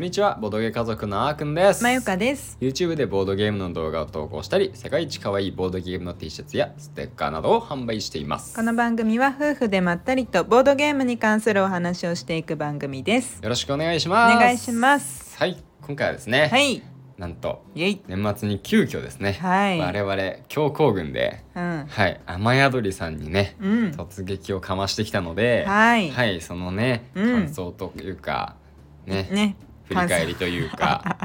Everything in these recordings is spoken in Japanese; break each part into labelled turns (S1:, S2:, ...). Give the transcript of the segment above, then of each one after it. S1: にちはボードゲー家族のあーくんです
S2: まゆかです
S1: YouTube でボードゲームの動画を投稿したり世界一可愛いボードゲームの T シャツやステッカーなどを販売しています
S2: この番組は夫婦でまったりとボードゲームに関するお話をしていく番組です
S1: よろしくお願いし
S2: お
S1: ます
S2: 願いします
S1: はい今回はですね、
S2: はいイ
S1: なんと
S2: ェイ
S1: 年末に急遽ですね、
S2: はい
S1: 我々強行軍で
S2: うん
S1: はい雨宿りさんにね、
S2: うん
S1: 突撃をかましてきたので
S2: はい
S1: はい、そのね
S2: うん
S1: 感想というか、ね
S2: ね
S1: 振り返りというか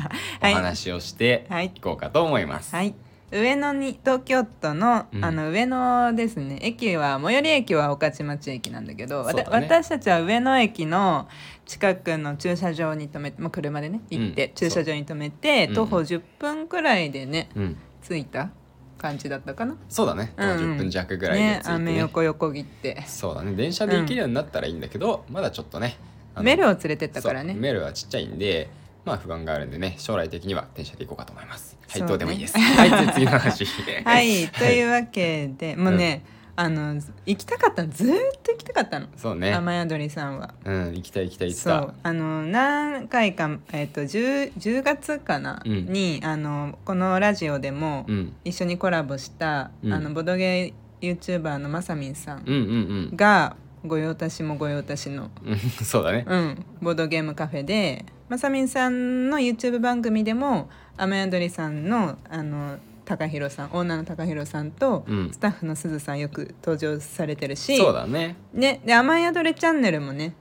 S1: お
S2: 感想 はい
S1: 話をして
S2: はい
S1: いこうかと思います。
S2: はい上野に東京都の、
S1: うん
S2: あの上野ですね駅は最寄り駅は御徒町駅なんだけどわた
S1: そうだね
S2: 私たちは上野駅の近くの駐車場に停めて、まあ、車でね行って、
S1: うん
S2: 駐車場に停めて
S1: そう
S2: 徒歩10分くらいでね、
S1: うん、
S2: 着いた感じだったかな
S1: そうだね、
S2: うんうん
S1: 10分弱ぐらいで着いてね
S2: 雨横横切って
S1: そうだね電車で行けるようになったらいいんだけど、まだちょっとねあの
S2: メルを連れてったから
S1: そう
S2: ね
S1: メルはちっちゃいんでまあ不安があるんでね将来的には電車で行こうかと思いますはい、
S2: そうね
S1: どうでもいいですはい次の話
S2: はいというわけでもうね、あの行きたかったのずーっと行きたかったの、
S1: そうね
S2: 雨宿りさんは。
S1: うん行きたい行きたい行き
S2: そ
S1: た
S2: うあの何回か、えっと 10, 10月かな、
S1: うん
S2: にあのこのラジオでも
S1: うん
S2: 一緒にコラボした、
S1: うん
S2: あのボドゲ YouTuber のまさみんさん
S1: うんうん
S2: が御用達も御用達の、
S1: うん うんそうだね
S2: うん、ボードゲームカフェでまさみんさんの YouTube 番組でも雨宿りさんのあの高弘さんオーナーの高弘さんと、
S1: うん
S2: スタッフのすずさんよく登場されてるし
S1: そうだね
S2: ね、で雨宿りチャンネルもね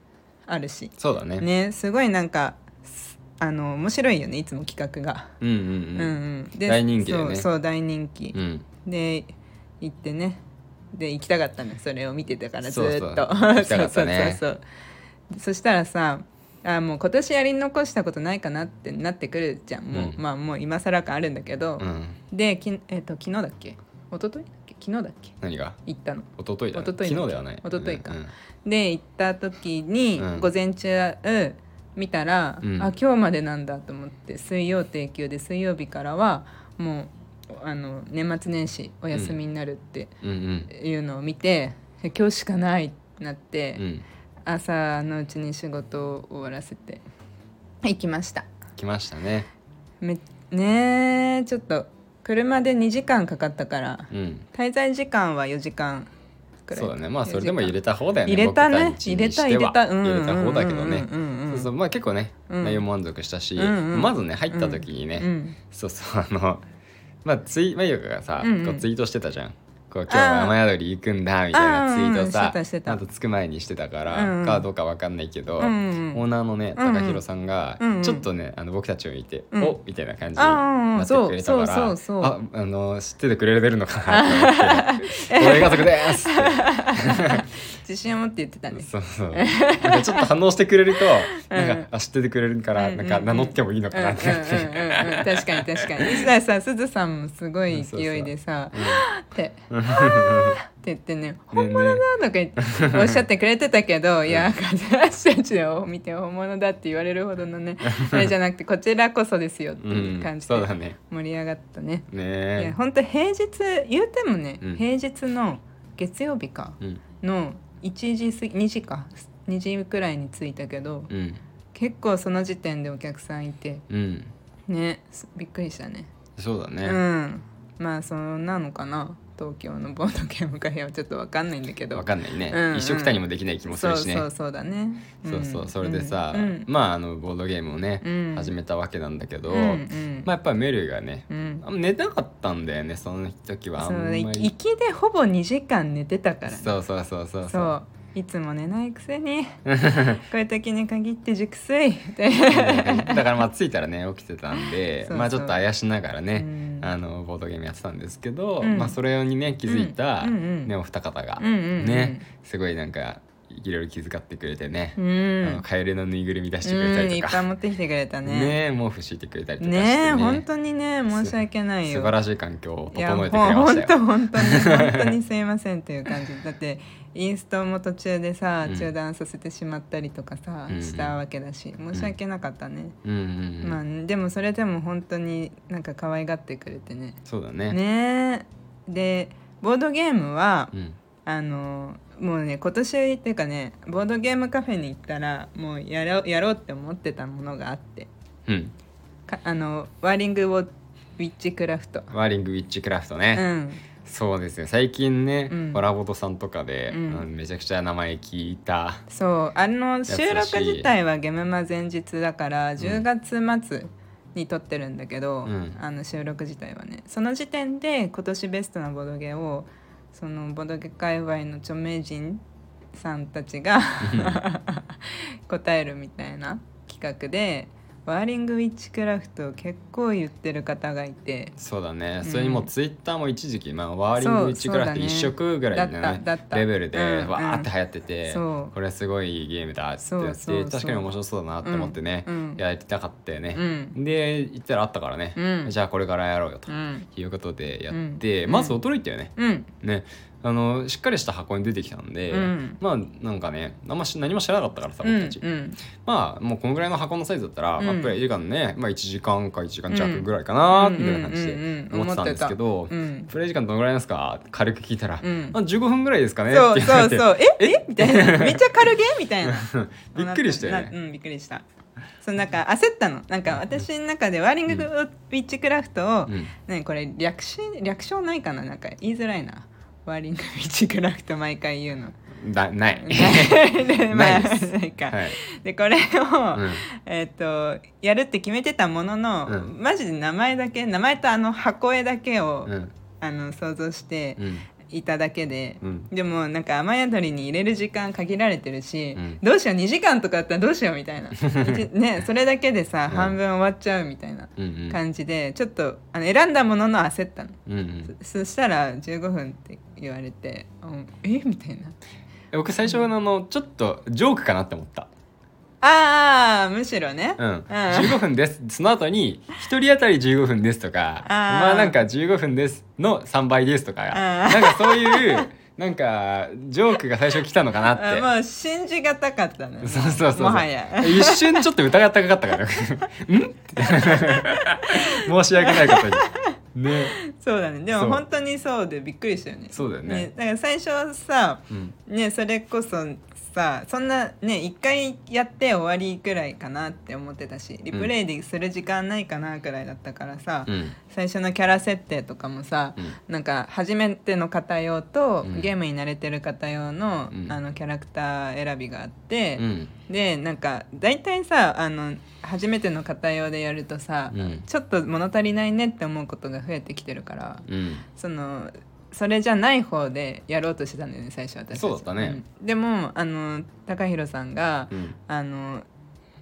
S2: あるし。
S1: そうだね
S2: ねすごいなんかすあの面白いよねいつも企画が、
S1: うんう
S2: うん
S1: ん
S2: う
S1: うん
S2: んで
S1: 大人気だよね
S2: そうそう大人気
S1: う、ん
S2: で行ってねで行きたかったのそれを見てたからず
S1: そうそう
S2: ーっと
S1: 行きたかったね
S2: そうそうそうそしたらさあもう今年やり残したことないかなってなってくるじゃんもう、
S1: うん
S2: まあもう今更感あるんだけど
S1: う、ん
S2: でき、えっと昨日だっけ一昨日だっけ昨日だっけ
S1: 何が
S2: 行ったの
S1: 一昨日だね
S2: 一昨日だ
S1: 昨日ではない
S2: 一昨日か
S1: うんうん
S2: で行った時に、
S1: うん
S2: 午前中見たら、
S1: うん
S2: あ今日までなんだと思って水曜定休で水曜日からはもうあの年末年始お休みになるって
S1: うん
S2: いうのを見て、え今日しかないってなって、
S1: うんうん
S2: 朝のうちに仕事を終わらせて行きました
S1: 来ましたね
S2: めねえちょっと車で2時間かかったから
S1: うん
S2: 滞在時間は4時間くらい
S1: そうだねまあ
S2: 4
S1: それでも入
S2: 時間
S1: れた方だよね
S2: 入れた
S1: 僕
S2: ね
S1: たち
S2: 入
S1: に
S2: れ
S1: して
S2: た
S1: は
S2: 入れた
S1: 入れた方だけどね
S2: うんうんうんうん
S1: そうそうまあ結構ね
S2: うん
S1: 内容満足したし
S2: うんうん
S1: まずね入った時に
S2: う
S1: ね
S2: ん
S1: そうそうあのまあツイまゆかがさ
S2: うんうん
S1: こうツイートしてたじゃんこう今日は雨宿り行くんだみたいなツイートを
S2: あーうんうんし
S1: さ
S2: てたしてた
S1: あと着く前にしてたか
S2: うんう
S1: ら
S2: ん
S1: かどうかわかんないけどオ
S2: うんうん
S1: ーナーのね
S2: うんうん
S1: 高弘さんが
S2: うんうん
S1: ちょっとねあの僕たちを見て
S2: うん
S1: おみたいな感じ
S2: あーうんうん
S1: なってくれたから
S2: そうそうそうそう
S1: ああの知っててくれてるのかなと思って「俺 家族です!」って
S2: 自信を持って言ってたね
S1: そうそうなんかちょっと反応してくれると
S2: うん
S1: なんかあ知っててくれるから
S2: うん
S1: なんか名乗ってもいいの
S2: う
S1: か
S2: んうんう
S1: なんってなって
S2: うんうん確かに確かに実際さすずさんもすごい勢いでさ「はーって「はーって言っ てね「本物だ!」とか言っておっしゃってくれてたけどいや私たちを見て本物だって言われるほどのねあれじゃなくてこちらこそですよっていう
S1: う
S2: 感
S1: ん
S2: じ
S1: そう
S2: で
S1: だね
S2: 盛り上がったね。
S1: ね
S2: いや
S1: え
S2: 本当平日言うてもね、
S1: うん
S2: 平日の月曜日か
S1: うん
S2: の1時過ぎ2時か2時くらいに着いたけど
S1: うん
S2: 結構その時点でお客さんいて
S1: うん
S2: ねすびっくりしたね
S1: そうだ
S2: う
S1: ね
S2: んまあそんなのかな東京のボードゲームカフェはちょっとわかんないんだけど
S1: わかんないね
S2: うんうん
S1: 一緒くたにもできない気もす
S2: そ
S1: る
S2: う
S1: しね
S2: そうそうだね
S1: そうそうそれでさ
S2: うん
S1: まああのボードゲームをね
S2: うん
S1: 始めたわけなんだけど
S2: うんうん
S1: まあやっぱりメルがね
S2: うん
S1: あんま寝なかったんだよねその時はあ
S2: そ
S1: んま
S2: うい行
S1: り
S2: きでほぼ2時間寝てたからね
S1: そうそうそうそう
S2: そ
S1: そう
S2: ういつも寝ないく せにこういう時に限って熟睡って、
S1: ねだからまあ着いたらね起きてたんで
S2: そうそう
S1: まあちょっとあやしながらね
S2: うん
S1: あのボードゲームやってたんですけど、
S2: うん
S1: まあ、それにね気づいた、
S2: うんうんうん
S1: ね、お二方が、
S2: うんうんうん
S1: ねすごいなんかいろいろ気遣ってくれてね、
S2: う
S1: あの
S2: ん
S1: カエルのぬいぐるみ出してくれた
S2: うんい
S1: り
S2: っ
S1: と
S2: ぱい
S1: か、
S2: 持ってきてくれたね
S1: ね毛布敷いてくれたりとかして
S2: ね
S1: ね
S2: 本当にね申し訳ないよ
S1: 素晴らしい環境を
S2: いや
S1: 整
S2: も
S1: え
S2: う
S1: てくれまし
S2: 本
S1: た
S2: 当
S1: よ。
S2: 本当に本当にすいませんっていう感じだってインストも途中でさ
S1: うん
S2: 中断させてしまったりとかさ、
S1: うんうん
S2: したわけだし申し訳なかったね、
S1: うんうんうん
S2: まあでもそれでも本当になんか可愛がってくれてね
S1: そうだね
S2: ねでボードゲームは
S1: うん、
S2: あのもうね今年っていうかねボードゲームカフェに行ったらもうやろうやろうって思ってたものがあって
S1: うん
S2: かあのワーリングウォウィッチクラフト
S1: ワーリングウィッチクラフト
S2: う
S1: ね、
S2: ん
S1: そうですよ最近ね、
S2: うん
S1: ホラボドさんとかで、
S2: うん
S1: うんめちゃくちゃ名前聞いた
S2: そうあの収
S1: やつ
S2: 録
S1: らしい
S2: 自体はゲムマ前日だから10月末に撮ってるんだけど、
S1: うん
S2: あの収録自体はねその時点で今年ベストなボドゲをそのボドゲ界隈の著名人さんたちが 答えるみたいな企画で「ワーリングウィッチクラフト」を結構言ってる方がいて。
S1: そうだね、
S2: うん
S1: それにもうツイッターも一時期、まあ、ワーリングウィッチクラフト
S2: そう
S1: 一色ぐらいじゃない、
S2: だっただった
S1: レベルで
S2: うん
S1: わーって流行ってて、
S2: そう
S1: これすごいゲームだっつってなって
S2: そうそうそう
S1: 確かに面白そうだなって思ってね、
S2: うんうん
S1: やりたかったよね、
S2: うん
S1: で行ったらあったからね、
S2: うん
S1: じゃあこれからやろうよと、
S2: うん
S1: いうことでやって、
S2: うん
S1: まず驚いたよね、
S2: うん
S1: ねあのしっかりした箱に出てきたんで、
S2: うん
S1: まあなんかねあんまし何も知らなかったからさ
S2: うん
S1: 僕たち、
S2: うん
S1: まあもうこのぐらいの箱のサイズだったら、
S2: うん
S1: まあプレイ時間ね、まあ、1時間か1時間弱ぐらいかな
S2: うん
S1: みたいな感じ
S2: うん
S1: で
S2: うんうん
S1: 思ってたんですけど、
S2: 思ってたうん
S1: プレイ時間どのぐらいなんですかって軽く聞いたら、
S2: うん
S1: まあ、15分ぐらいですかねっ
S2: そう
S1: て言われ
S2: そう
S1: て
S2: そう。ええみたいな。めっちゃ軽ゲーみたいな。
S1: びっくりしたよ
S2: な
S1: ね。
S2: うん、びっくりした。そうなんか焦ったの。なんか私の中でワーリングウィッチクラフトを、
S1: うん
S2: ねこれ略し略称ないかななんか言いづらいな。ワーリングウィッチクラフト毎回言う の。
S1: だ ない。
S2: でま
S1: な
S2: あ
S1: いです
S2: なんか
S1: はい、
S2: でこれを、
S1: うん
S2: えー、とやるって決めてたものの、
S1: うん
S2: マジで名前だけ名前とあの箱絵だけを、
S1: うん
S2: あの想像して
S1: うん
S2: いただけで、
S1: うん
S2: でもなんか雨宿りに入れる時間限られてるし、
S1: うん
S2: どうしよう2時間とかあったらどうしようみた いな一ねそれだけでさ、
S1: うん
S2: 半分終わっちゃうみたいな
S1: うんうん
S2: 感じでちょっとあの選んだものの焦ったの
S1: うんうん
S2: そしたら15分って言われて「うんえみたいな
S1: 僕最初のあのちょっとジョークかなって思った。
S2: ああむしろね、
S1: うん、15分ですその後に1人当たり15分ですとか
S2: あー
S1: まあなんか15分ですの3倍ですとかな
S2: あ
S1: ん
S2: ー
S1: かそういうなんかジョークが最初来たのかな
S2: あ
S1: って。
S2: もう信じがたかったね
S1: そうそうそうそう
S2: もはや
S1: 一瞬ちょっと疑ったかかったからんって申し訳ないことにね
S2: そうだねで
S1: そ
S2: も
S1: う
S2: 本当にそうでびっくりしたよね
S1: そうだよね
S2: だから最初はさ
S1: うん
S2: ねそれこそさそんなね1回やって終わりくらいかなって思ってたしリプレイでする時間ないかなくらいだったからさ、
S1: うん
S2: 最初のキャラ設定とかもさ、
S1: うん
S2: なんか初めての方用と、
S1: うん
S2: ゲームに慣れてる方用の,、
S1: うん
S2: あのキャラクター選びがあって、
S1: うん
S2: でなんか大体さあの初めての方用でやるとさ、
S1: うん
S2: ちょっと物足りないねって思うことが増えてきてるから。
S1: うん
S2: そのそれじゃない方でやろうとしてたんだよね最初私たち
S1: そうだったね、
S2: うんでもあの高弘さんが、
S1: うん
S2: あの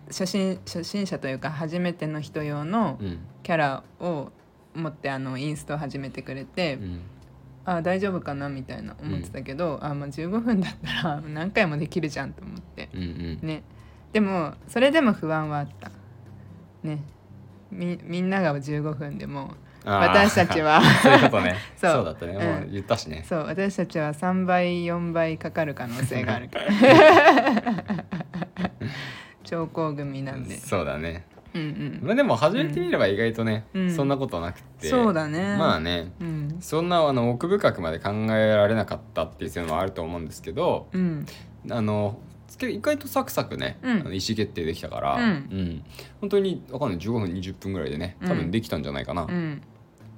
S2: 初心初心者というか初めての人用の
S1: うん
S2: キャラを持ってあのインストを始めてくれて、
S1: うん
S2: あ大丈夫かなみたいな思ってたけど、あまあ15分だったら 何回もできるじゃんと思って
S1: うんうん
S2: ねでもそれでも不安はあったねみみんなが15分でも
S1: あー
S2: 私たちは
S1: そういうことね
S2: そう
S1: そうだったねもう言ったしね
S2: そう私たちは3倍4倍かかる可能性が あるから超高組なんで
S1: そうだね
S2: うんうん
S1: まあでも始めてみれば意外とね、
S2: うん
S1: そんなことなくて
S2: そうだね
S1: まあね
S2: うん
S1: そんなあの奥深くまで考えられなかったっていうのはあると思うんですけど
S2: うん
S1: あのつけ意外とサクサクね、
S2: うん
S1: あの意思決定できたから、
S2: うん
S1: 本当にわかんない15分20分ぐらいでね多
S2: うん
S1: 分できたんじゃないかな、
S2: うん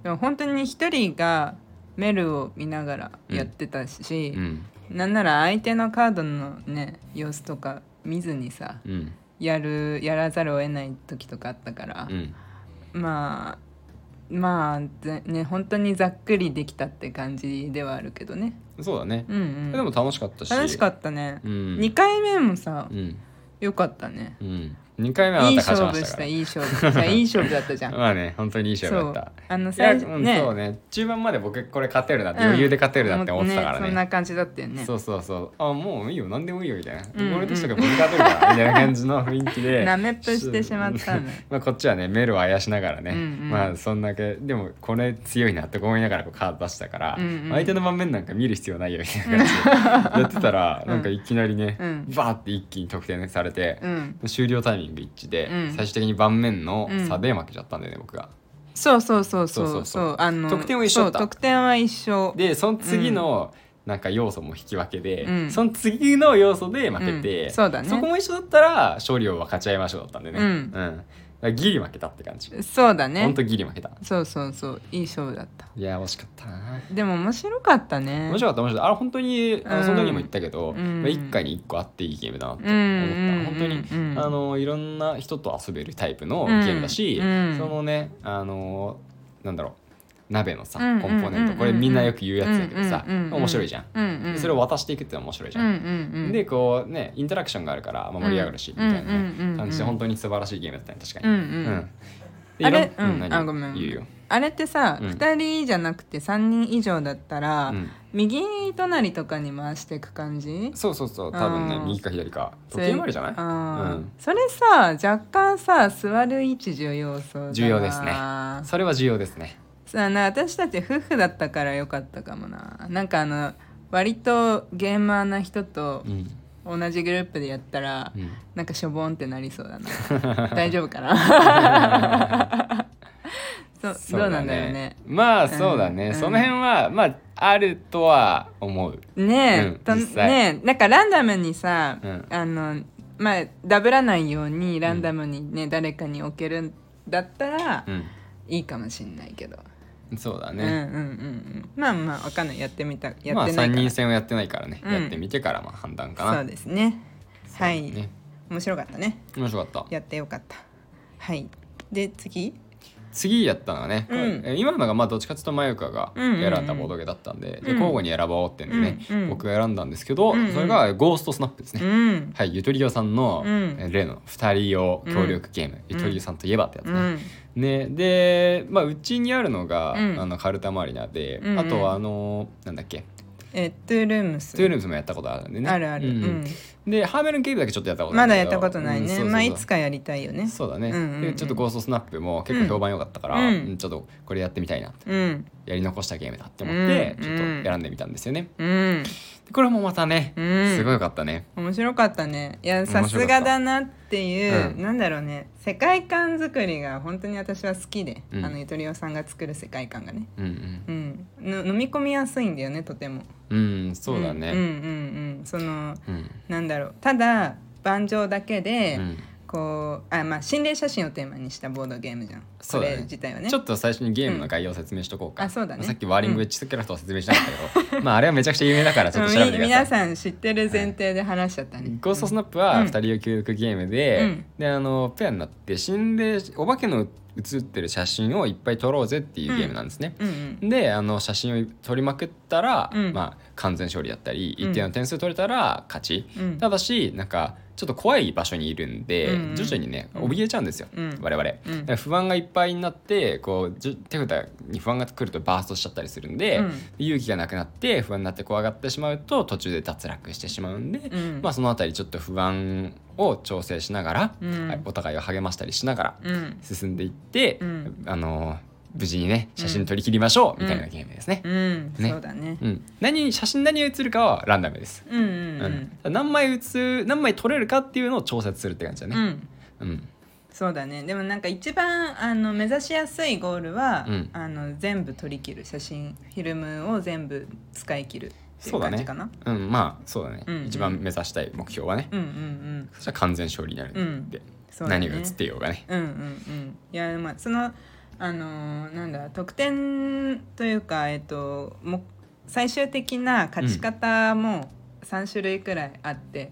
S2: でも本当に一人がメルを見ながらやってたし
S1: う、ん
S2: なんなら相手のカードのね様子とか見ずにさ
S1: うん
S2: やるやらざるを得ない時とかあったから
S1: う、ん
S2: まあまあぜね本当にざっくりできたって感じではあるけどね
S1: そうだね、
S2: うんうん
S1: でも楽しかったし
S2: 楽しかったね、
S1: うん
S2: 2回目もさ
S1: うん
S2: 良かったね
S1: うん、2回目はあ
S2: いい
S1: なた勝ち
S2: 勝
S1: ま
S2: 負
S1: した
S2: し
S1: か
S2: た
S1: ら
S2: いい勝負じゃあいい勝負だったじゃん
S1: まあね本当にいい勝負だった
S2: そうあの
S1: いや
S2: 最初
S1: うん
S2: ね
S1: そうね中盤まで僕これ勝てるなって、
S2: うん
S1: 余裕で勝てるなって思ってたからね,、
S2: そんな感じだったよね
S1: そうそうそうあもういいよ何でもいいよみたいな、
S2: うんうん
S1: 俺としてが僕勝てるからみたいな感じの雰囲気で
S2: なめっぷしてしまったの
S1: まあこっちはねメルをあやしながらね、
S2: うんうん
S1: まあそんだけでもこれ強いなって思いながらこうカード出したから、
S2: うんうん
S1: 相手の盤面なんか見る必要ないよみたいな感じ でやってたら、
S2: うん
S1: なんかいきなりね、
S2: うん
S1: バーって一気に得点されて、
S2: うん
S1: 終了タイミング一致で、
S2: うん
S1: 最終的に盤面の差で負けちゃったんだよね、僕が。
S2: そうそうそうそう
S1: そ
S2: そう
S1: そう
S2: う
S1: そう
S2: あの
S1: 得点は一緒だった
S2: そう得点は一緒
S1: でその次のなんか要素も引き分けで、
S2: うん
S1: その次の要素で負けて、
S2: うんそうだね
S1: こも一緒だったら勝利を分かち合いましょうだったんでね、
S2: うん
S1: からギリ負けたって感じ、
S2: そうだ
S1: ほ
S2: ね
S1: んとギリ負けた
S2: そうそうそういい勝負だった
S1: いや惜しかったな
S2: でも面白かったね
S1: 面白かった面白かったあれ本当にあ
S2: う
S1: の
S2: ん
S1: その時も言ったけど、
S2: うん
S1: まあ、1回に1個あっていいゲームだなって
S2: うんうんうん
S1: 思った本当に
S2: うん
S1: あのいろんな人と遊べるタイプの
S2: うん
S1: ゲームだし、
S2: うん
S1: そのねあのなんだろう鍋のさ
S2: うんうん
S1: コンポーネン
S2: う
S1: ト
S2: ん
S1: これみんなよく言うやつだけどさ
S2: うんうんうん
S1: 面白いじゃん
S2: うんうん
S1: でそれを渡していくってのも面白いじゃ
S2: うん
S1: ん
S2: うんうん
S1: でこうねインタラクションがあるから、まあ、盛り上がるしみ
S2: う
S1: た
S2: ん
S1: いなね
S2: うんうんうん
S1: 感じで本当に素晴らしいゲームだったね確かに。
S2: う
S1: う
S2: んう
S1: んんで
S2: あ
S1: い
S2: れ
S1: ろ
S2: うん
S1: 何
S2: あごめん
S1: 言うよ、
S2: あれってさ、
S1: うん
S2: 2人じゃなくて3人以上だったら、
S1: うん
S2: 右隣とかに回していく感じ
S1: そうそうそう多分ね
S2: あー
S1: 右か左か時計回りじゃない
S2: あー
S1: うん
S2: それさ若干さ座る位置重要そうだな
S1: 重要ですねそれは重要ですね。
S2: さあな私たち夫婦だったからよかったかもななんかあの割とゲーマーな人と
S1: うん。
S2: 同じグループでやったら、
S1: うん
S2: なんかしょぼんってなりそうだ な大丈夫かな そうどうなんだろうね
S1: まあそうだ
S2: う
S1: ね。
S2: ん
S1: その辺はまああるとは思う。う
S2: ね
S1: ん
S2: え、と
S1: 実際
S2: ねえなんかランダムにさ、
S1: うん
S2: あのまあダブらないようにランダムにね、誰かに置けるんだったら、
S1: う
S2: いいかもしんないけど、
S1: ん。そうだ
S2: うんうんう
S1: ね。
S2: んうんまあまあわかんないやってみたやってない
S1: まあ
S2: から、
S1: 三人戦をやってないからね。
S2: うん
S1: やってみてからまあ判断か
S2: そ
S1: な。
S2: うですねはい、
S1: ね。
S2: 面白かったね
S1: 面白かった。
S2: やってよかったはいで次
S1: 次やったのはね、
S2: うん
S1: え今のがまあどっちかというとマユカが
S2: うんうんうん
S1: 選んだボードゲーだったんで、じゃあ
S2: うん
S1: 交互に選ぼうってんでね、
S2: うんうん
S1: 僕が選んだんですけど、
S2: うんうん
S1: それがゴーストスナップですね。
S2: うん
S1: はい、ゆとりおさんの、
S2: うん
S1: え例の2人用協力ゲーム、
S2: うん
S1: ゆとりおさんといえばってやつ
S2: う
S1: ね。
S2: ん
S1: ね、で、まあ、うちにあるのが、
S2: うん
S1: あのカルタマリナで、
S2: うんうん
S1: あとはあのなんだっけ
S2: えトゥールームス
S1: トゥールームズもやったことあるんでね
S2: あるある、
S1: う
S2: うんん
S1: でハーメルンケーブだけちょっとやったことな
S2: ま
S1: い
S2: だ
S1: け
S2: や
S1: ど
S2: ったことないね、
S1: うんそうそうそう
S2: まあいつかやりたいよね
S1: そうだね、
S2: うんうんうん
S1: でちょっとゴーストスナップも結構評判良かったから、
S2: うん
S1: うんちょっとこれやってみたいな
S2: うん
S1: やり残したゲームだって思って、
S2: うん
S1: ちょっと選んでみたんですよね
S2: うん
S1: でこれもまたね、
S2: うん
S1: すごい良かったね
S2: 面白かったねいや
S1: 白かっ
S2: さ
S1: た
S2: すがだなっていう、
S1: うん
S2: なんだろうね世界観作りが本当に私は好きで、
S1: うん
S2: あのゆとりおさんが作る世界観がね
S1: うんうん
S2: うんの飲み込みやすいんだよねとても
S1: うんそうだ
S2: うんうん
S1: ね
S2: うんその
S1: うん
S2: なんだろうただ盤上だけで、
S1: うん
S2: こうあまあ心霊写真をテーマにしたボードゲームじゃん
S1: そうだね
S2: これ自体はね
S1: ちょっと最初にゲームの概要を説明しとこうか、
S2: うんあそうだね
S1: さっきワーリングエッジスキャラクターを説明しなかったけど、まああれはめちゃくちゃ有名だからちょっと調べて
S2: み
S1: ください
S2: 皆さん知ってる前提で話しちゃったね、
S1: ゴーストス
S2: の
S1: ナップは
S2: う
S1: 2
S2: ん
S1: 人用協力ゲームで、
S2: うん
S1: であのペアになって死んでお化けの写ってる写真をいっぱい撮ろうぜっていうゲームなんですね。
S2: うんうん
S1: であの写真を撮りまくったら、
S2: うん
S1: まあ、完全勝利だったり
S2: うん
S1: 一定の点数取れたら勝ち、
S2: うん
S1: ただしなんかちょっと怖い場所にいるんで、
S2: うん
S1: 徐々にね怯えちゃうんですよ、
S2: うん
S1: 我々、
S2: うん
S1: だから不安がいっぱいになってこうじゅ手札に不安が来るとバーストしちゃったりするんで、
S2: うん
S1: 勇気がなくなって不安になって怖がってしまうと途中で脱落してしまうんで、
S2: うん
S1: まあ、そのあたりちょっと不安を調整しながら、
S2: うん
S1: はいお互いを励ましたりしながら
S2: うん
S1: 進んでいって、
S2: うん
S1: あの無事にね写真撮り切りましょう、
S2: うん
S1: みたいなゲームですね。
S2: うん、
S1: ね
S2: そうだね
S1: うん何写真何を写るかはランダムです。
S2: うんう
S1: うん
S2: うん
S1: 何枚写何枚撮れるかっていうのを調節するって感じだ
S2: うん、
S1: ね。うん
S2: そうだねでもなんか一番あの目指しやすいゴールは、
S1: うん
S2: あの全部撮り切る写真フィルムを全部使い切るっていう感じかな
S1: うん、まあそうだね、
S2: うんうん
S1: 一番目指したい目標はね、
S2: うんうんうん
S1: そしたら完全勝利になるんで、
S2: そうだね
S1: 何が映ってようがね
S2: うんうんうんいやまあそのあのーなんだ得点というかえっとも最終的な勝ち方も3種類くらいあって、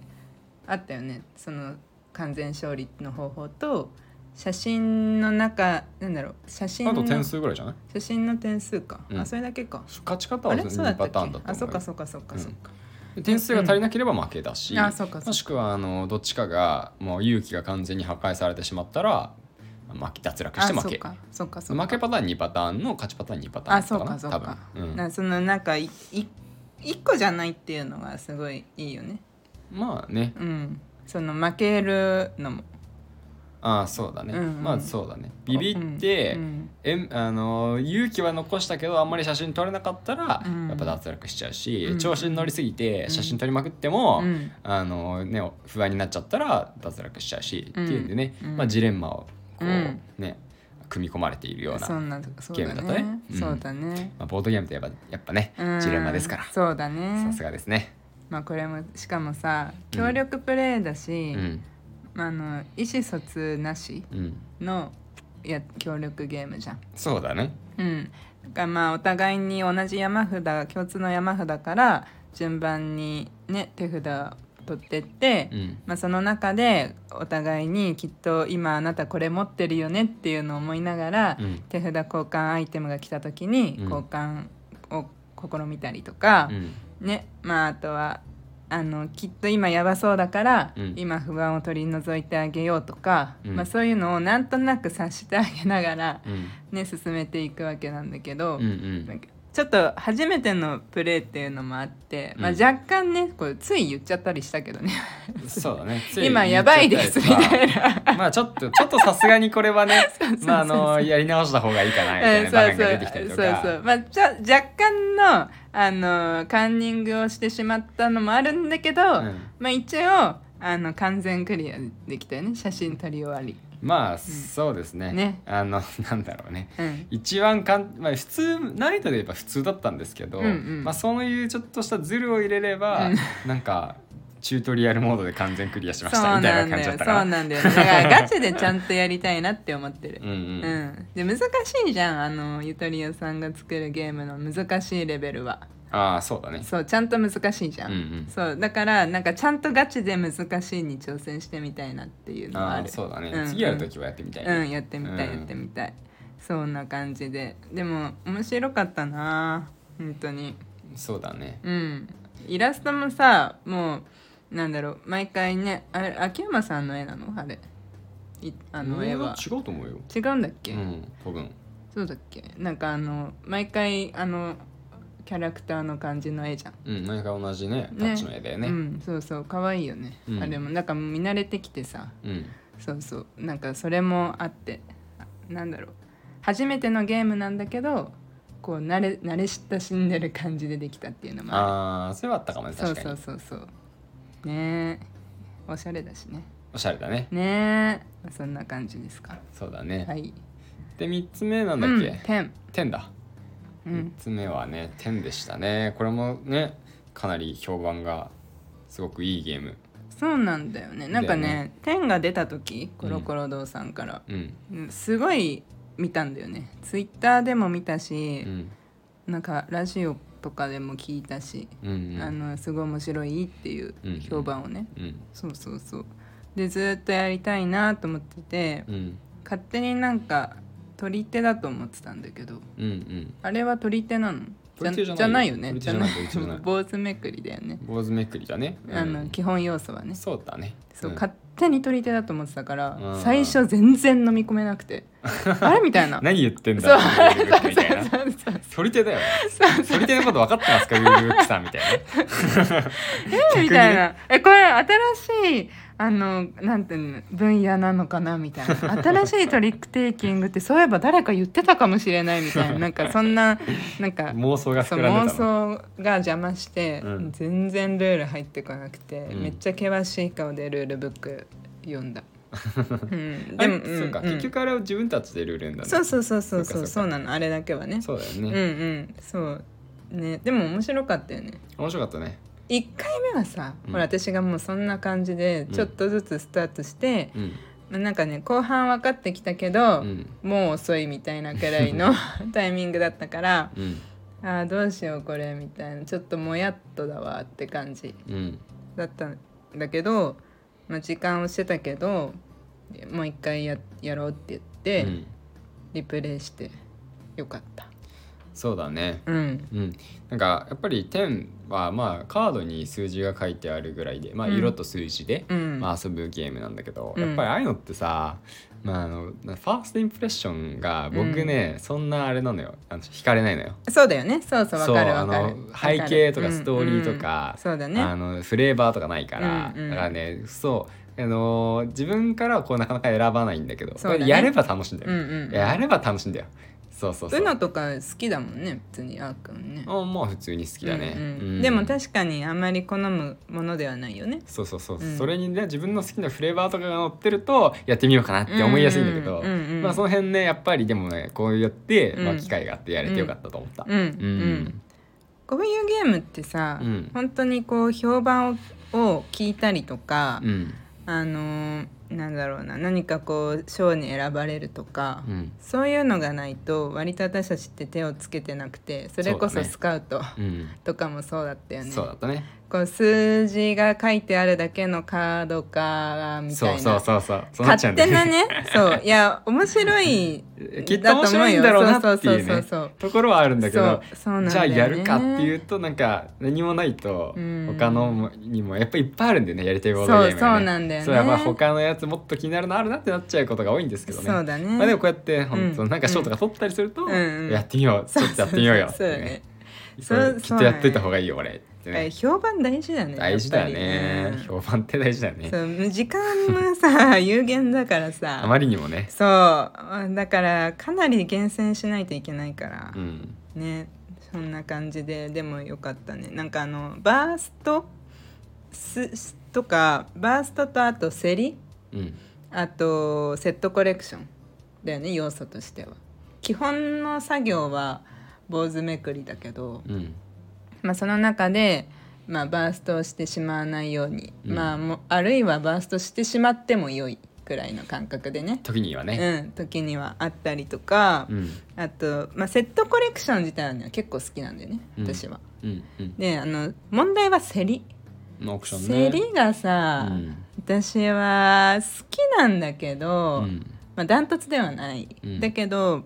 S2: あったよねその完全勝利の方法と写真の中なんだろう写真
S1: あと
S2: の
S1: 点数ぐらいじゃない
S2: 写真の点数か、
S1: うん
S2: あそれだけか
S1: 勝ち方
S2: あ
S1: は
S2: れそう
S1: 2
S2: だったっ
S1: パ
S2: け
S1: ターンだと思う
S2: あそっか
S1: よ
S2: そっかそっかそっか、
S1: 点数が足りなければ負けだし、
S2: あそっかそ
S1: も
S2: っ
S1: し
S2: か
S1: くはあのどっちかがもう勇気が完全に破壊されてしまったら負け脱落
S2: あ
S1: して
S2: そ
S1: 負
S2: っ
S1: け
S2: かそっかそっか
S1: 負けパターン2パターンの勝ちパターン2パターンだ
S2: あ
S1: った
S2: そうか
S1: な
S2: そうか、
S1: 多分、うん
S2: なそのなんかいい一個じゃないっていうのがすごいいいよね
S1: まあね
S2: うんその負けるのも
S1: ああそうだね、
S2: うんうん
S1: まあそうだねビビって、
S2: うん
S1: えんあの勇気は残したけどあんまり写真撮れなかったら、
S2: うん
S1: やっぱ脱落しちゃうし、
S2: うん
S1: 調子に乗りすぎて
S2: ん
S1: 写真撮りまくっても、
S2: うん
S1: あのね、不安になっちゃったら脱落しちゃうし、
S2: うん
S1: っていうんでね、
S2: うん
S1: まあ、ジレンマをこう、
S2: うん
S1: ね組み込まれているような、
S2: そ
S1: ま
S2: んなそうだ
S1: ゲームだった
S2: ね
S1: ねうん
S2: そうだね
S1: あ、ボードゲームといえばやっぱね、
S2: うん
S1: ジレンマですから
S2: そうだ
S1: さ
S2: ね
S1: すがですね。
S2: まあこれもしかもさ協力プレイだし
S1: うん
S2: あの意思疎通なし
S1: うん
S2: のや協力ゲームじゃん。
S1: そうだね
S2: うん、だからまあお互いに同じ山札共通の山札から順番にね手札を取ってって、
S1: うん
S2: まあ、その中でお互いにきっと今あなたこれ持ってるよねっていうのを思いながら、
S1: うん
S2: 手札交換アイテムが来た時に
S1: うん
S2: 交換を試みたりとか
S1: う、ん
S2: ねまああとはあのきっと今やばそうだから、
S1: うん
S2: 今不安を取り除いてあげようとか、
S1: うん
S2: まあ、そういうのをなんとなく察してあげながら、
S1: うん
S2: ね、進めていくわけなんだけど、
S1: うんう
S2: なんんかちょっと初めてのプレーっていうのもあって、まあ、
S1: うん
S2: 若干ねこうつい言っちゃったりしたけどね
S1: そうだね
S2: 今やばいですみたい
S1: な
S2: な。
S1: まあちょっとちょっとさすがにこれは ねまああのやり直した方がいいかなみたいな場面が出てきたりと
S2: そう
S1: か
S2: そうまあちょ若干のあのカンニングをしてしまったのもあるんだけど、
S1: ん
S2: まあ一応あの完全クリアできたよね写真撮り終わり、
S1: まあそうですね,、
S2: ね
S1: あのなんだろうね
S2: うん、
S1: 一番かん、まあ、普通難易度で言えば普通だったんですけど、
S2: うんうん
S1: まあ、そういうちょっとしたズルを入れれば、
S2: うん
S1: なんかチュートリアルモードで完全クリアしま
S2: そう
S1: した
S2: な
S1: み
S2: んだ
S1: た
S2: よ
S1: いな感じだった
S2: そ
S1: から。
S2: うなんだよだからガチでちゃんとやりたいなって思ってる
S1: うん う
S2: うん、
S1: ん
S2: で難しいじゃんあのゆとりやさんが作るゲームの難しいレベルは
S1: ああそうだね
S2: そうちゃんと難しいじゃん、
S1: うんうん
S2: そうだからなんかちゃんとガチで難しいに挑戦してみたいなっていうのはあ
S1: あ
S2: る
S1: あそうだね、
S2: うん
S1: 次やる時はやってみたいね、
S2: うんやってみたい
S1: うん
S2: やってみたい、そんな感じででも面白かったな本当に
S1: そうだね
S2: うんイラストもさもうなんだろう毎回ねあれ秋山さんの絵なのあれいあの絵は
S1: 俺違うと思うよ
S2: 違うんだっけ、
S1: うん多分
S2: そうだっけなんかあの毎回あのキャラクターの感じの絵じゃん
S1: うん毎回同じね
S2: ね
S1: タッチの絵だよね
S2: うんそうそう可愛いよね、
S1: うん
S2: あれもなんか見慣れてきてさ
S1: うん
S2: そうそうなんかそれもあってあなんだろう初めてのゲームなんだけどこう慣れ慣れ親しんでる感じでできたっていうのもあ
S1: ああそれはあったかもね
S2: るそう
S1: 確かに
S2: そうそうそうねえおしゃれだしね
S1: おしゃれだね
S2: ねえそんな感じですか
S1: そうだね、
S2: はい
S1: で3つ目なんだっ
S2: うん
S1: け、
S2: ペン
S1: 天だ
S2: う
S1: 3
S2: ん
S1: つ目はね天でしたねこれもねかなり評判がすごくいいゲーム
S2: そうなんだよねなんかね
S1: だよ
S2: ペンが出た時コロコロ堂さんから、
S1: うん
S2: うんすごい見たんだよねツイッターでも見た
S1: う
S2: し、
S1: ん
S2: なんかラジオとかでも聞いたし、
S1: うんうん
S2: あのすごい面白いっていう
S1: うん
S2: 評判をね、
S1: うん
S2: そうそうそうでずっとやりたいなと思ってて、
S1: うん
S2: 勝手になんか取り手だと思ってたんだけど
S1: うんうん
S2: あれは取り手なの
S1: 取り手じゃない
S2: じゃないよね
S1: 取り手じゃない取り手 じゃない
S2: 坊主めくりだよね、
S1: 坊主めくりだね、うん
S2: あの基本要素はね
S1: そうだね
S2: そう、
S1: ん
S2: 勝手に取り手だと思ってたから、
S1: うん
S2: 最初全然飲み込めなく てあれみたいな
S1: 何言ってん
S2: そう
S1: だグーグルブックみたいな
S2: そうそう
S1: 取り手だよね取り手のこと分かってますかグーグルブックさんみたいな
S2: みたいな。え、これ新しい、あの、なんていうの、分野なのかなみたいな。 新しいトリックテイキングって、そういえば誰か言ってたかもしれないみたいな。なんかそんな、なんか、
S1: 妄想が
S2: そ
S1: 膨
S2: う
S1: らん
S2: 妄
S1: でたの
S2: 想が邪魔して、
S1: うん
S2: 全然ルール入ってこなくて、
S1: うん
S2: めっちゃ険しい顔でルールブック 読んだ。うん、
S1: あれ
S2: でも、
S1: そうか、
S2: んん
S1: 結局あれを自分たちでルールなんだね
S2: そうそうそうそう
S1: そうかそ
S2: そ
S1: か
S2: ううそうなのあれだけはね
S1: そうだよ
S2: うん
S1: ね、
S2: うんそうねでも面白かったよね
S1: 面白かったね
S2: 1回目はさ、
S1: うん
S2: ほら私がもうそんな感じで
S1: うん
S2: ちょっとずつスタートして、
S1: うん
S2: まあなんかね後半分かってきたけど、
S1: うん
S2: もう遅いみたいなくらいの タイミングだったから
S1: うん
S2: あーどうしようこれみたいなちょっともやっとだわって感じ
S1: うん
S2: だったんだけど、まあ、時間をしてたけどもう一回ややろうって言っ
S1: う
S2: て、
S1: ん
S2: リプレイしてよかった。
S1: そうだね、
S2: うん
S1: うん、なんかやっぱり点はまあカードに数字が書いてあるぐらいで、まあ、
S2: うん
S1: 色と数字で、
S2: うん
S1: まあ、遊ぶゲームなんだけど、
S2: うん
S1: やっぱりああいうのってさ、まあ、あのファーストインプレッションが僕ね、そんなあれなのよあの惹かれないのよ。
S2: そうだよねそうそうわかる
S1: あ
S2: わかる
S1: の
S2: わか
S1: 背
S2: る
S1: 景と
S2: う
S1: か
S2: ん
S1: ストーリーとか
S2: うん、そうだね
S1: あのフレーバーとかないから、
S2: うんうん
S1: だからねそうあの自分からはこうなかなか選ばないんだけど
S2: そうだね
S1: これやれば楽しいんだよ、
S2: うんうんうん
S1: やれば楽しいんだよそうそうそう
S2: うのとか好きだもんね普通にあーくんね
S1: あまあ普通に好きだね、
S2: うんうん
S1: うん
S2: でも確かにあまり好むものではないよね
S1: そうそうそう、
S2: うん
S1: それにね自分の好きなフレーバーとかが乗ってるとやってみようかなって思いやすいんだけど、
S2: うんうんうん
S1: まあ、その辺ねやっぱりでもねこうやって、
S2: うん
S1: まあ、機会があってやれてよかったと思った。
S2: うんうん、
S1: うん
S2: こういうゲームってさ、
S1: うん
S2: 本当にこう評判をを聞いたりとか、
S1: うん
S2: あのーなんだろうな何かこう賞に選ばれるとか、
S1: うん
S2: そういうのがないと割と私たちって手をつけてなくてそれ
S1: そう
S2: こ
S1: だ
S2: そ
S1: ね
S2: スカウト
S1: うん
S2: とかもそうだったよね。
S1: そうだったね
S2: こう数字が書いてあるだけのカードかみたい
S1: そ
S2: な
S1: うそうそうそうそうっちゃう
S2: 勝
S1: んだ
S2: 手
S1: よ
S2: なねそういや面白い
S1: きっと面白いんだろうなっていう
S2: だと思うよそうそ
S1: ね
S2: うそうそう
S1: ところはあるんだけど
S2: そうそうなんだ
S1: じゃ
S2: よ
S1: あ
S2: ね
S1: やるかっていうとなんか何もないと
S2: うん
S1: 他のもにもやっぱいっぱいあるんだよねやりたいボードゲームがね
S2: そうそうなんだよね
S1: そうやっぱ他のやつもっと気になるのあるなってなっちゃうことが多いんですけどね
S2: そうだね
S1: まあでもこうやって本当
S2: うん
S1: なんか賞とか取ったりすると
S2: うんうん
S1: やってみようちょっとやってみようよって
S2: そうだね
S1: ね
S2: そうだね
S1: これき
S2: そう
S1: っ
S2: そ
S1: と
S2: うだね
S1: やっといた方がいいよ俺って
S2: やっぱり
S1: ね
S2: 評判大事だね
S1: 大事だ
S2: やっ
S1: ね
S2: ぱり
S1: 評判って大事だね
S2: うんそう時間もさ有限だから
S1: あ
S2: さ
S1: まりにもね
S2: そうだからかなり厳選しないといけないから
S1: う、ん
S2: ねそんな感じででもよかったねなんかあのバーストススとかバーストとあとセリ
S1: うん
S2: あとセットコレクションだよね要素としては基本の作業は坊主めくりだけど、
S1: うん
S2: まあ、その中で、まあ、バーストをしてしまわないように、
S1: うん
S2: まあ、もうあるいはバーストしてしまっても良いくらいの感覚でね、
S1: 時にはね
S2: うん、時にはあったりとか、
S1: うん
S2: あと、まあ、セットコレクション自体は、ね、結構好きなんだよね
S1: うん
S2: 私は。
S1: うんうん
S2: であの問題は競り。
S1: オークションね
S2: 競りがさ、
S1: うん
S2: 私は好きなんだけ
S1: う
S2: ど、
S1: ん
S2: まあ、ダントツではない、
S1: うん
S2: だけど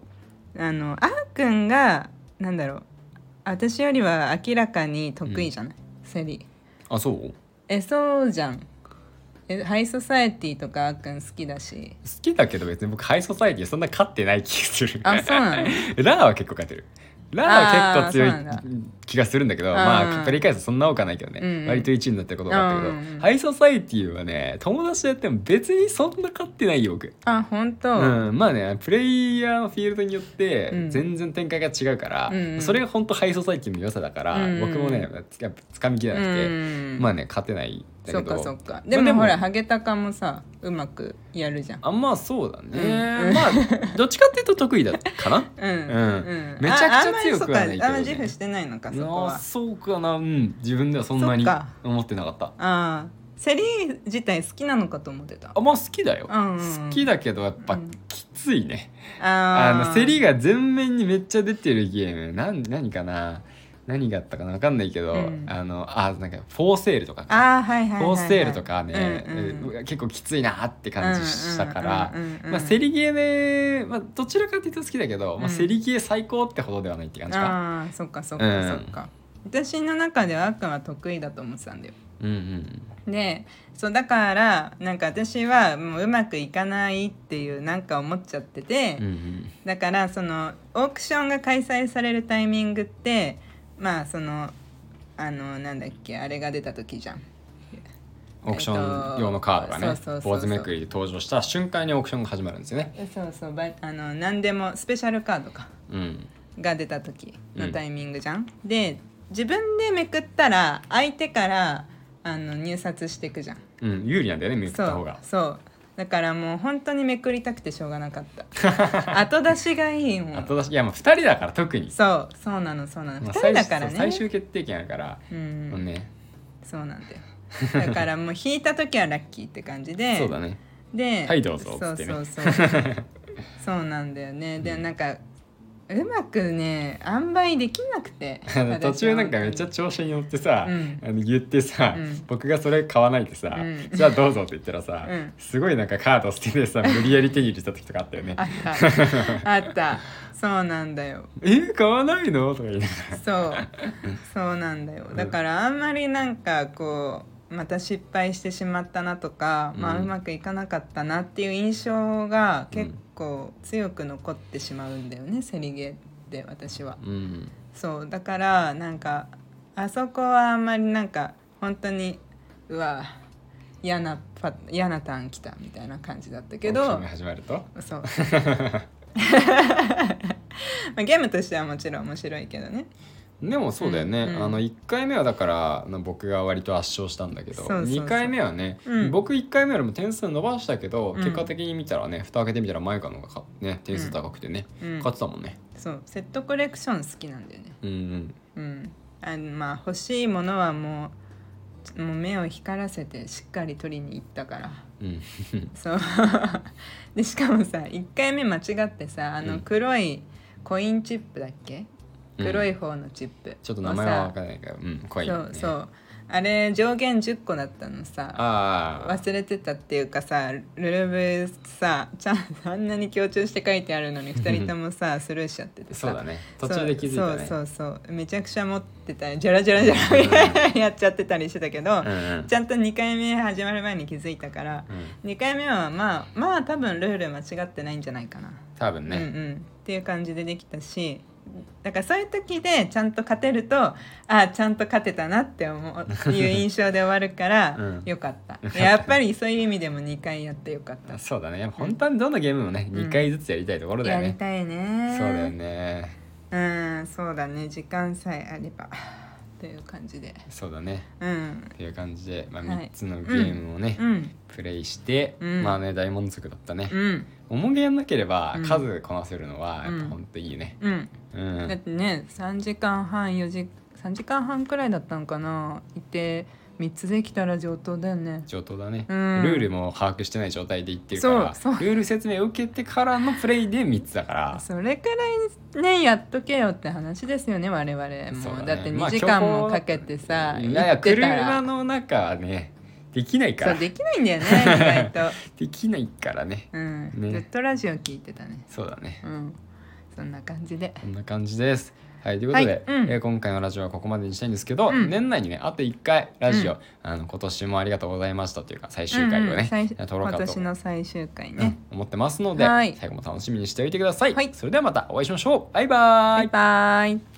S2: あのあーくんがなんだろう私よりは明らかに得意じゃない、セリ
S1: あそう
S2: えそうじゃんえハイソサエティとかあーくん好き だし
S1: 好きだけど別に僕ハイソサイティそんな勝ってない気がする
S2: あそうなの
S1: ラーは結構勝てるラーは結
S2: あーそうな
S1: 構
S2: ん
S1: 強い気がするんだけど
S2: うん
S1: まあ取り返すそんな多くはないけどね、
S2: うんうん
S1: 割と1位になってることがあったけど、
S2: うんうん
S1: ハイソサイティはね友達とやっても別にそんな勝ってないよ僕
S2: あ本当、
S1: うん、まあねプレイヤーのフィールドによって
S2: うん
S1: 全然展開が違うから、
S2: うんうん
S1: それが本当ハイソサイティの良さだから、
S2: うんうん
S1: 僕もねやっぱ掴みきれなくて、
S2: うん
S1: まあね勝てないんだ
S2: そ
S1: け
S2: っか
S1: ど
S2: そっか
S1: ま
S2: で
S1: あ
S2: も,、ほらハゲタカもさうまくやるじゃん
S1: あまあそうだね、
S2: うん
S1: まあどっちかっていうと得意だかな
S2: うん、うん
S1: うんめちゃくちゃ強くはないけどね
S2: ああんまりそうかあんま自負してないのかそこ
S1: あ
S2: は
S1: そうかなうん自分ではそんなに
S2: そっか
S1: 思ってなかった
S2: ああセリ自体好きなのかと思ってた
S1: あまあ好きだよ、
S2: うんうんうん
S1: 好きだけどやっぱ
S2: うん
S1: きついね、
S2: あ
S1: あの競り
S2: が
S1: が全面にめっちゃ出てるゲームなん何かな何があったかなわかんないけど、
S2: うん
S1: あのあなんかフォーセールとかか
S2: あーはいはいはい、
S1: フ
S2: は
S1: ォ
S2: い、
S1: ーセールとかね、
S2: うんうん
S1: えー結構きついなって感じしたから、
S2: うんうんうんうん
S1: まあ、競りゲーね、まあ、どちらかというと好きだけど、まあ、
S2: うん
S1: 競りゲー最高ってほどではないって感じか。
S2: ああそっかそっかそっか、私の中ではあっくんは得意だと思ってたんだよ
S1: うんうん
S2: でそうだからなんか私はもううまくいかないっていうなんか思っちゃってて、
S1: うんうん
S2: だからそのオークションが開催されるタイミングってまあそのあのなんだっけあれが出た時じゃん
S1: オークション用のカードが
S2: えっ
S1: ね
S2: とそうそうそうそう
S1: 坊主めくりで登場した瞬間にオークションが始まるんですよね。
S2: そうそうばあの何でもスペシャルカードか
S1: うん、
S2: が出た時のタイミングじゃん、で自分でめくったら相手からあの入札していくじゃん
S1: うん、有利なんだよねめくった方が。
S2: そうそうだからもう本当にめくりたくてしょうがなかった 後出しがいいも
S1: あ
S2: ん
S1: とだしいやまあ2人だから特に、
S2: そうそうなのそうなの、
S1: まあ
S2: 二人だ
S1: 最
S2: からね
S1: 終最終決定権あるから、
S2: う、
S1: もうんね、
S2: そうなんだよだからもう引いた時はラッキーって感じで
S1: そうだね
S2: で、
S1: はいどうぞ
S2: そ
S1: っつ
S2: う
S1: って
S2: そう
S1: ね
S2: そう そうなんだよねでなんかうまくね塩梅できなくて
S1: あの 途中なんかめっちゃ
S2: ゃ
S1: 調子に乗ってさ、
S2: うん
S1: あの言ってさ、
S2: うん
S1: 僕がそれ買わないでさ、
S2: うん
S1: じゃあどうぞって言ったらさ、
S2: うん
S1: すごいなんかカード捨ててさ無理やり手に入れた時とかあったよね
S2: あったあったそうなんだよ
S1: え買わないのとか言いなが
S2: そうそうなんだよだからあんまりなんかこうまた失敗してしまったなとか、まあ、
S1: う
S2: うんまくいかなかったなっていう印象が結構強く残ってしまうんだよね、セリゲーって私は。
S1: ら、うん、
S2: そうだからなんかあそこはあんまりなんか本当にうわ嫌なパ嫌なターン来たみたいな感じだったけ
S1: オークショ
S2: ど
S1: ンが始まると
S2: そうまあゲームとしてはもちろん面白いけどね
S1: でもそうだよね、
S2: うんうん
S1: あの1回目はだからあの僕が割と圧勝したんだけど
S2: そうそうそう
S1: 2回目はね、
S2: うん
S1: 僕1回目よりも点数伸ばしたけど、
S2: うん
S1: 結果的に見たらね蓋開けてみたら前かの方がか、ね、点数高くてね、
S2: うん
S1: 勝ってたもんね
S2: そうセットコレクション好きなんだよね
S1: うん
S2: うんあのまあ欲しいものはもうもう目を光らせてしっかり取りに行ったから
S1: うん
S2: そう でしかもさ1回目間違ってさあ
S1: う
S2: の
S1: ん
S2: 黒いコインチップだっけ、
S1: うん
S2: 黒い方のチップ
S1: ちょっと名前は分
S2: をさ
S1: からないからうん怖い
S2: そ
S1: よ
S2: う
S1: ね
S2: そうあれ上限10個だったのさ
S1: ああ
S2: 忘れてたっていうかさルルブさちゃんあんなに強調して書いてあるのに2人ともさスルーしちゃっててさ
S1: そうだね途中で気づいたね
S2: そうそうそうめちゃくちゃ持ってたりジャラジャラジャラみたいなのやっちゃってたりしてたけど、
S1: うんうん
S2: ちゃんと2回目始まる前に気づいたから、
S1: うん
S2: 2回目はまあまあ多分ルール間違ってないんじゃないかな、
S1: 多分
S2: うんう
S1: ね
S2: んっていう感じでできたしだからそういう時でちゃんと勝てるとああちゃんと勝てたなって思ういう印象で終わるから、
S1: うん
S2: よかったやっぱりそういう意味でも2回やってよかった
S1: そうだねやっぱ本当はどのゲームもね
S2: うん
S1: 2回ずつやりたいところだ
S2: や
S1: よ
S2: り
S1: ね
S2: たいね
S1: そうだよね
S2: うんそうだね時間さえあればという感じで
S1: そうだね
S2: うん
S1: っていう感じでまあ
S2: はい
S1: 3つのゲームをね
S2: うん
S1: プレイして
S2: うん
S1: まあね大満足だったね
S2: うん
S1: 重げやんなければ
S2: うん
S1: 数こなせるのはや
S2: うん
S1: っぱ本当いいね
S2: うん
S1: うん
S2: だってね3時間半4時3時間半くらいだったのかないて3つできたら上等だよね
S1: 上等だね、
S2: うん
S1: ルールも把握してない状態で言ってるから
S2: そうそう
S1: ルール説明を受けてからのプレイで3つだから
S2: それくらいねやっとけよって話ですよね我々
S1: そう
S2: も
S1: だね
S2: うだって2時間もかけてさ、
S1: い
S2: 行
S1: や
S2: ってた
S1: 車
S2: ら
S1: の中はねできないか
S2: そ
S1: ら
S2: う
S1: で
S2: できないんだよね意外 と、
S1: きないからね
S2: うん
S1: ね
S2: ずっとラジオ聞いてたね
S1: そうだね
S2: うんそんな感じで
S1: こんな感じですはいということで、
S2: はいうん
S1: えー今回のラジオはここまでにしたいんですけど、
S2: うん
S1: 年内にねあと1回ラジオ、
S2: うん
S1: あの今年もありがとうございましたというか最終回を
S2: うんうん
S1: ね、
S2: 最
S1: 撮ろう
S2: 今
S1: かと
S2: 年の最終回
S1: う
S2: ね
S1: ん、思ってますので
S2: はい
S1: 最後も楽しみにしておいてください、
S2: はい
S1: それではまたお会いしましょうバイバーイ
S2: バイバイ